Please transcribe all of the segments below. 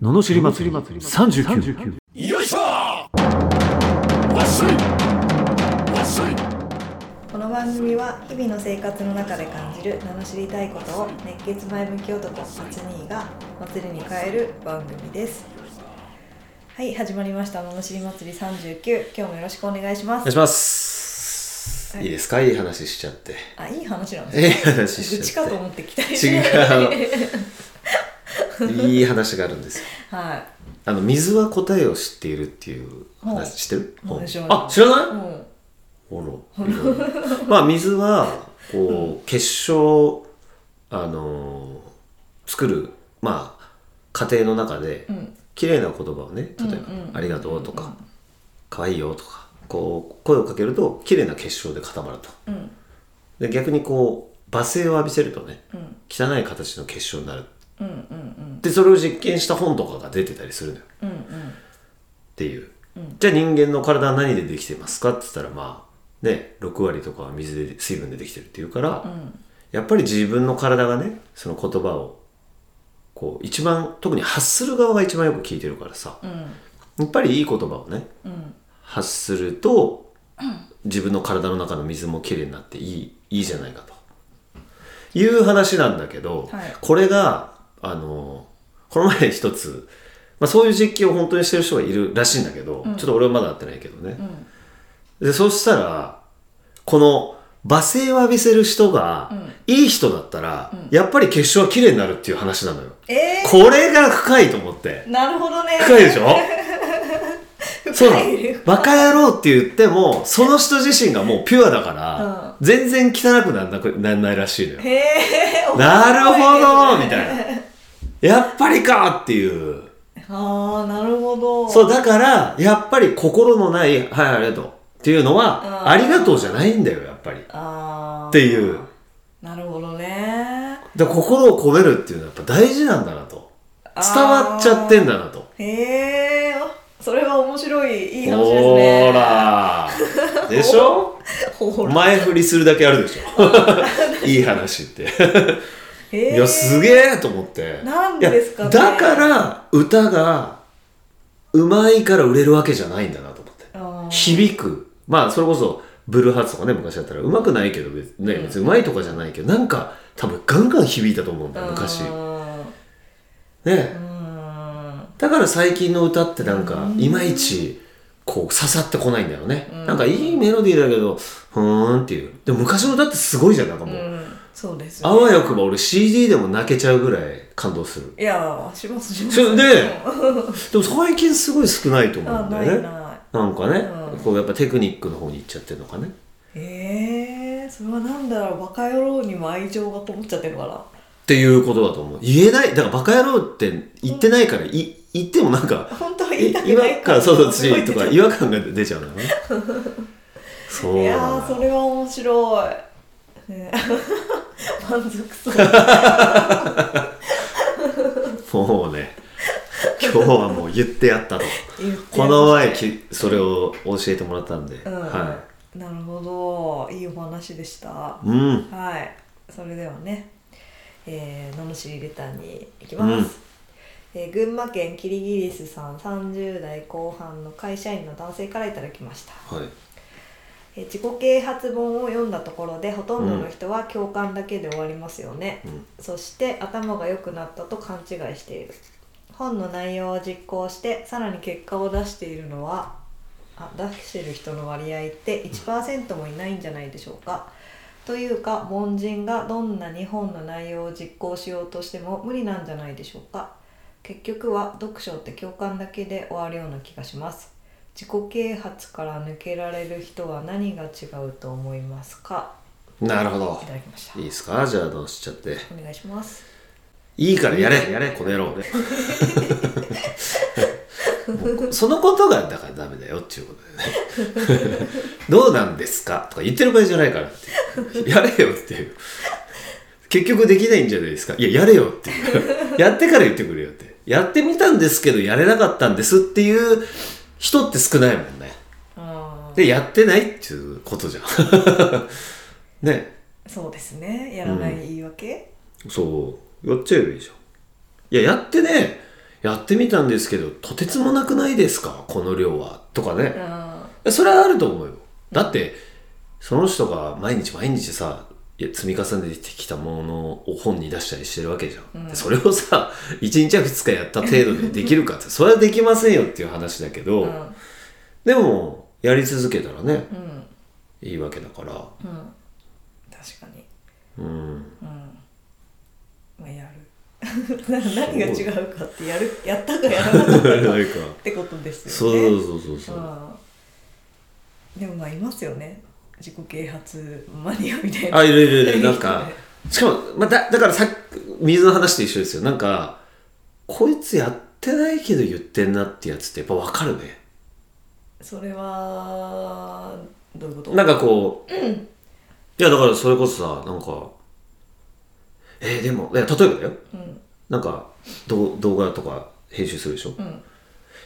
ののしり祭り39よいしょわっしょいわっしょいこの番組は日々の生活の中で感じる名の知りたいことを熱血前向き男マツニーが祭りに変える番組ですはい始まりました「ののしり祭り39」今日もよろしくお願いしおま願いすします。はいいいですかいい話しちゃって。あいい話なんいいです話し愚痴ちゃかっと思ってきたり違うて。いい話があるんですよ。 はあの、水は答えを知っているっていうはい話、知ってるなんでしょうねあ、知らいないもほら。まあ、水は、こう、結晶、あのー、作る、まあ、家庭の中でう、うん綺麗な言葉をね、例えばうんうんう、んありがとうとか、可愛いよとか、こう、声をかけると、綺麗な結晶で固まると。うんで逆にこう罵声を浴びせるとねうん汚い形の結晶になるうんうんでそれを実験した本とかが出てたりするのよっうんうんうんていう、うんじゃあ人間の体は何でできてますかって言ったらまあね6割とかは水で水分でできてるっていうから、うんやっぱり自分の体がねその言葉をこう一番特に発する側が一番よく聞いてるからさうんやっぱりいい言葉をねうん発すると自分の体の中の水もきれいになっていいいいじゃないかという話なんだけど、はいこれがあのこの前一つ、まあ、そういう実験を本当にしてる人がいるらしいんだけど、うんちょっと俺はまだ会ってないけどねう、んでそうしたらこの罵声を浴びせる人が、うんいい人だったら、うんやっぱり結晶は綺麗になるっていう話なのよ、えこれが深いと思ってー、なるほどね深いでしょ そうな深いのバカ野郎って言ってもその人自身がもうピュアだから、全然汚くなんなくなんないらしいのよへえなるほどみた いなやっぱりかっていうああなるほどそうだからやっぱり心のない「はいありがとう」っていうのうんは「ありがとう」じゃないんだよやっぱりっあーていうなるほどねで心を込めるっていうのはやっぱ大事なんだなと伝わっちゃってんだなとへえそれは面白いいい話ですほねーらでしょほら前振りするだけあるでし ょいい話ってへーいやすげえと思ってなんですかねいやだから歌がうまいから売れるわけじゃないんだなと思ってあー響くまあそれこそブルーハーツとかね昔だったらうまくないけど別,、ね、別にうまいとかじゃないけどなんか多分ガンガン響いたと思うんだよ昔うーんうねーんだから最近の歌ってなんかいまいちこう刺さってこないんだよね、なんかいいメロディーだけどふーんっていうでも昔の歌ってすごいじゃんなんかもう、うんそうですねあわよくば俺 CD でも泣けちゃうぐらい感動するいやしますしまそすれででも最近すごい少ないと思うあんなだいよねななんかね、うんこうやっぱテクニックの方に行っちゃってるのかねいえー、それはなんだろうバカ野郎にも愛情がこもっちゃってるからっていうことだと思う言えないだからバカ野郎って言ってないから、い言ってもなんか本当は言いいたく違ない和感そうそうしとかい違和感が出ちゃうのよねそうやなーのそれは面白い、ね、 満足そうもうね今日はもう言ってやったと この前きそれを教えてもらったんで、うんはなるほどいいお話でしたはいうんいそれではねえー、ののしりレターに行きます、えー群馬県キリギリスさん30代後半の会社員の男性からいただきました、はいえー自己啓発本を読んだところでほとんどの人は共感だけで終わりますよね、うんそして頭が良くなったと勘違いしている本の内容を実行してさらに結果を出しているのはあ出している人の割合って1%もいないんじゃないでしょうかというか凡人がどんなに本の内容を実行しようとしても無理なんじゃないでしょうか結局は読書って共感だけで終わるような気がします自己啓発から抜けられる人は何が違うと思いますかなるほどいただきましたいいですかじゃあどうしちゃってお願いしますいいからやれやれこの野郎 もうそのことがだからダメだよっていうことだよね どうなんですかとか言ってる場合じゃないからっていうやれよっていう結局できないんじゃないですかいややれよっていうやってから言ってくれよってやってみたんですけどやれなかったんですっていう人って少ないもんねあーでやってないっていうことじゃん ねそうですねやらない言い訳、そう、やっちゃえばいいじゃん。いや、やってね、やってみたんですけどとてつもなくないですかこの量は」とかねあそれはあると思うよだってその人が毎日毎日さいや積み重ねてきたものを本に出したりしてるわけじゃん、うんでそれをさ1日や2日やった程度でできるかってそれはできませんよっていう話だけーど、うんうんでもやり続けたらねうんいいわけだからうん確かにうんうんまあやる な何が違うかってやるやったかやら なかった なかっんかてことですそようねそうそうそう、うんでもまあいますよね自己啓発マニアみたいなあいるいるいるなんかしかも、まあ、だだからさっき水の話と一緒ですよなんかこいつやってないけど言ってんなってやつってやっぱ分かるねそれはどういうことなんかこう、いやだからそれこそさなんかえー、でもいや例えばだようんなんかどう動画とか編集するでしょ、うん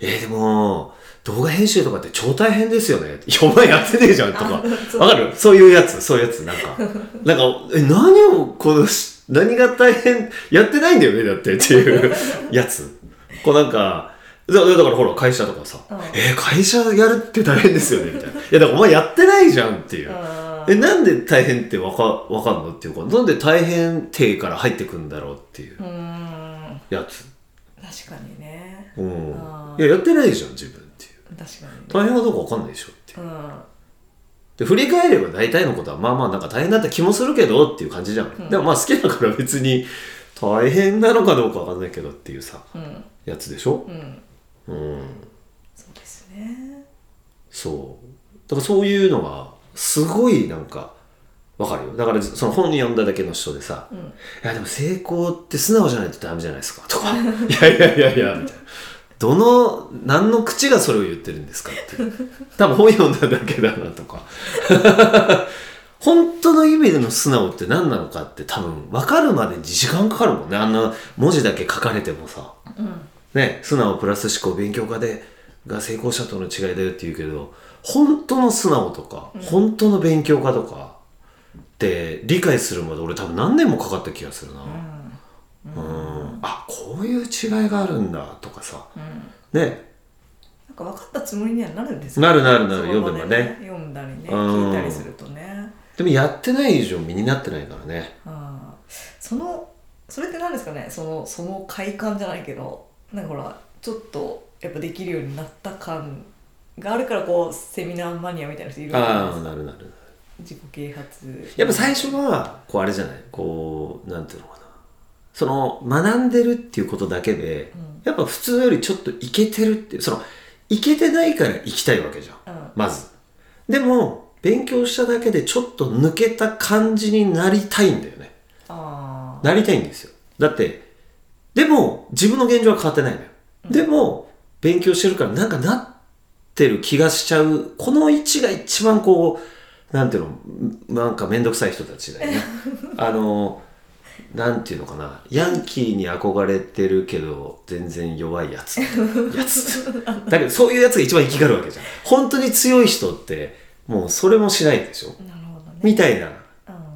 えー、でも動画編集とかって超大変ですよねいやお前やってねえじゃんとかわかるそういうやつそういうやつなんかなんかえ何をこのし何が大変やってないんだよねだってっていうやつこうなんかだだからほら会社とかさ、うんえー会社やるって大変ですよねみたいないやだからお前やってないじゃんっていう、あえーなんで大変ってわかわかんのっていうかなんで大変定から入ってくんだろうっていううーんやつ確かにねうんあいーややってないじゃん自分っていう確かに大変はどうかわかんないでしょっていううんで振り返れば大体のことはまあまあなんか大変だった気もするけどっていう感じじゃん、んでもまあ好きだから別に大変なのかどうかわかんないけどっていうさうんやつでしょうんうんそうですねそうだからそういうのがすごいなんかわかるよだからその本読んだだけの人でさ「んいやでも成功って素直じゃないとダメじゃないですか」とか「いやいやいやいや」みたいな。どの何の口がそれを言ってるんですかっていう多分本読んだだけだなとか 本当の意味での素直って何なのかって多分分かるまでに時間かかるもんねあんな文字だけ書かれてもさ、うんね、素直プラス思考勉強家でが成功者との違いだよって言うけど本当の素直とか、本当の勉強家とかって理解するまで俺多分何年もかかった気がするな、うんうんあこういう違いがあるんだとかさうんねなんか分かったつもりにはなるんですなるなるなるその読場でめばね読んだりねうん聞いたりするとねでもやってない以上身になってないからねあーそのそれって何ですかねそのその快感じゃないけどなんかほらちょっとやっぱできるようになった感があるからこうセミナーマニアみたいな人いるわけじゃないでああすかなるなるなる自己啓発やっぱ最初はこうあれじゃないこうなんていうのかなその学んでるっていうことだけで、うんやっぱ普通よりちょっといけてるっていうそのいけてないから行きたいわけじゃんうんまずでも勉強しただけでちょっと抜けた感じになりたいんだよねあなりたいんですよだってでも自分の現状は変わってないのよ、でも勉強してるからなんかなってる気がしちゃうこの位置が一番こうなんていうのなんか面倒くさい人たちだよねあのなんていうのかなヤンキーに憧れてるけど全然弱いやつやつだけどそういうやつが一番生きがるわけじゃん本当に強い人ってもうそれもしないでしょあなるほどねみたいなうん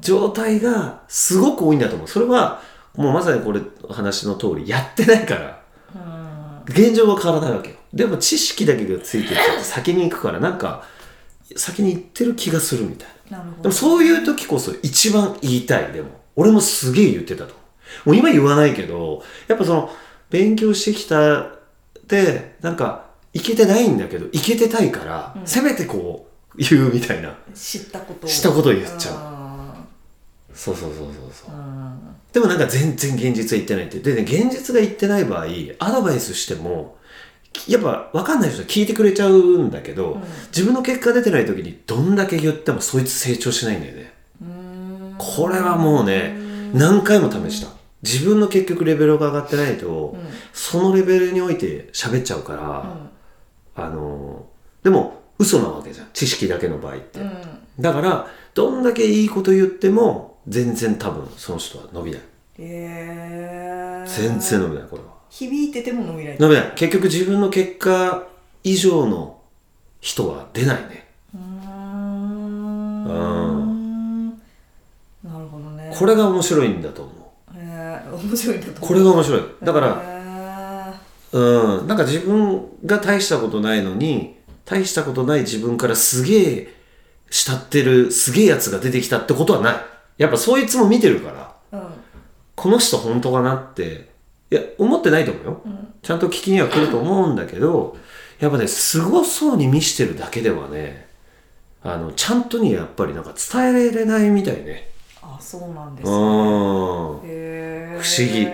状態がすごく多いんだと思う。それは、もうまさにこれ、話の通り、やってないから、うん現状は変わらないわけよ。でも知識だけがついてると先に行くから、なんか、先に行ってる気がするみたいな。なるほでどもそういう時こそ一番言いたい、でも。俺もすげえ言ってたと思う。もう今言わないけど、やっぱその、勉強してきたで、なんか、いけてないんだけど、いけてたいから、んせめてこう、言うみたいな。知ったこと知ったことを言っちゃうゃそうそうそうそうそうう。んでもなんか全然現実は言ってないって。でね、現実が言ってない場合、アドバイスしても、きやっぱ分かんない人は聞いてくれちゃうんだけど、ん自分の結果出てない時にどんだけ言ってもそいつ成長しないんだよね。うんこれはもうね、何回も試した。自分の結局レベルが上がってないと、うんそのレベルにおいて喋っちゃうかうら、んあのー、でも嘘なわけじゃん。知識だけの場合って。うんだから、どんだけいいこと言っても、全然多分その人は伸びない。えー全然伸びない、これは。響いてても伸びないダメだ結局自分の結果以上の人は出ないねうーんうなるほどねこれが面白いんだと思うえー面白いなとこれが面白いだかららうん、なんか自分が大したことないのに大したことない自分からすげえ慕ってるすげえやつが出てきたってことはないやっぱそいつも見てるからうんこの人本当かなっていや思ってないと思うようんちゃんと聞きには来ると思うんだけどやっぱねすごそうに見してるだけではねあのちゃんとにやっぱりなんか伝えられないみたいねあそうなんですうねんへえ不思議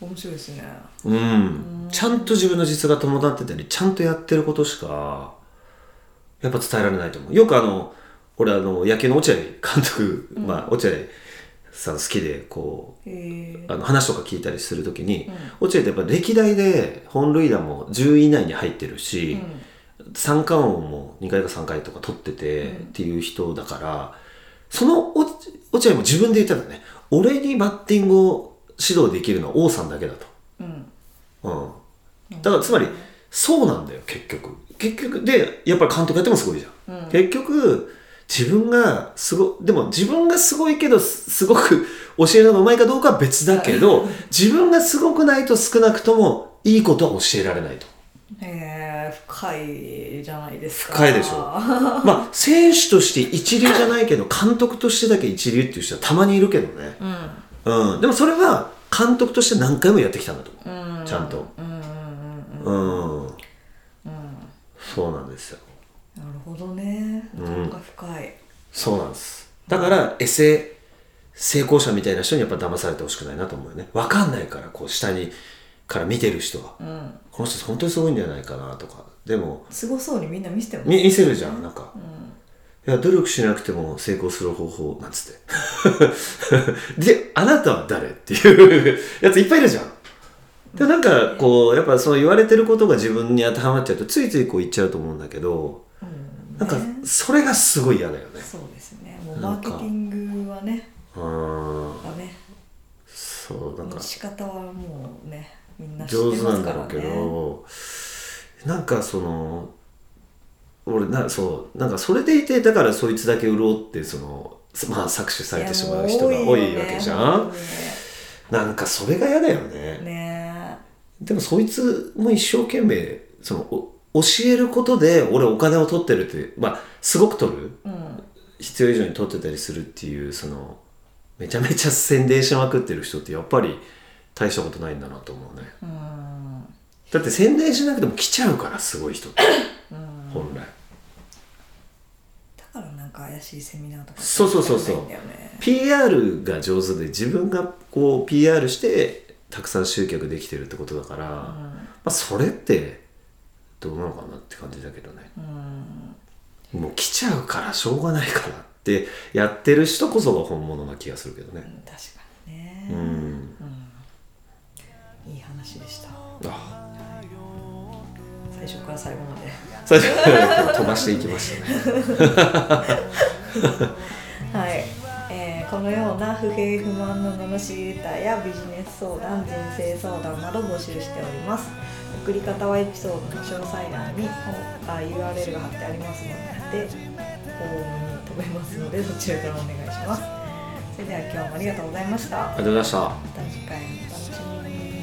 面白いですねうん、ちゃんと自分の実が伴ってたりちゃんとやってることしかやっぱ伝えられないと思うよくあの俺あの野球の落合監督、まあ、落合さん好きでこへえうあの話とか聞いたりするときに、う落合ってやっぱ歴代で本塁打も10位以内に入ってるうし、ん三冠王も2回か3回とか取っててうんっていう人だから、その落落合も自分で言ったんだね俺にバッティングを指導できるのは王さんだけだと。うんうん、だからつまりそうなんだよ結局結局でやっぱり監督やってもすごいじゃん、結局自分がすごでも自分がすごいけどすすごく 教えるのがうまいかどうかは別だけど自分がすごくないと少なくともいいことは教えられないとへえ深いじゃないですか深いでしょまあ選手として一流じゃないけど監督としてだけ一流っていう人はたまにいるけどね、うんうん、でもそれは監督として何回もやってきたんだと思ううんちゃんとうんうんううんん、うんうんそうなんですよなるほどねうなんかなか深い、そうなんです。だから、エセ成功者みたいな人にやっぱ騙されてほしくないなと思うよね。わかんないから、こう、下に、から見てる人は。うん、この人本当にすごいんじゃないかなとか。でも、すごそうにみんな見せてますみ見せるじゃん、なんかう。んいや、努力しなくても成功する方法、なんつって。 で、あなたは誰っていうやついっぱいいるじゃん。でなんかこうやっぱその言われてることが自分に当てはまっちゃうとついついこう言っちゃうと思うんだけどうんなんかねそれがすごい嫌だよねそうですねもうなマんーかケティングはねうんだねそうなんかの仕方はもうねみんな知って上ま手なすんかだろらうねけど、なんかその俺なそうなんかそれでいてだからそいつだけ潤ってそのまあ搾取されてしまう人が多いわけじゃん、なんかそれが嫌だよねねねでもそいつも一生懸命そのお教えることで俺お金を取ってるってまあすごく取るうん必要以上に取ってたりするっていうそのめちゃめちゃ宣伝しまくってる人ってやっぱり大したことないんだなと思うねうんだって宣伝しなくても来ちゃうからすごい人って本来だからなんか怪しいセミナーとかそうそうそうそうやりたいんだよね PR が上手で自分がこう PR してたくさん集客できてるってことだから、まあ、それってどうなのかなって感じだけどね、もう来ちゃうからしょうがないからってやってる人こそが本物な気がするけどうねん確かにね、うんいい話でしたあ最初から最後まで最初飛ばしていきましたねはい、えーこのような不平不満の罵りレターやビジネス相談人生相談など募集しております送り方はエピソードの詳細欄におあ URL が貼ってありますのでフォームに飛べますのでそちらからお願いしますそれでは今日もありがとうございましたまありがとうございましたた次回もお楽しみに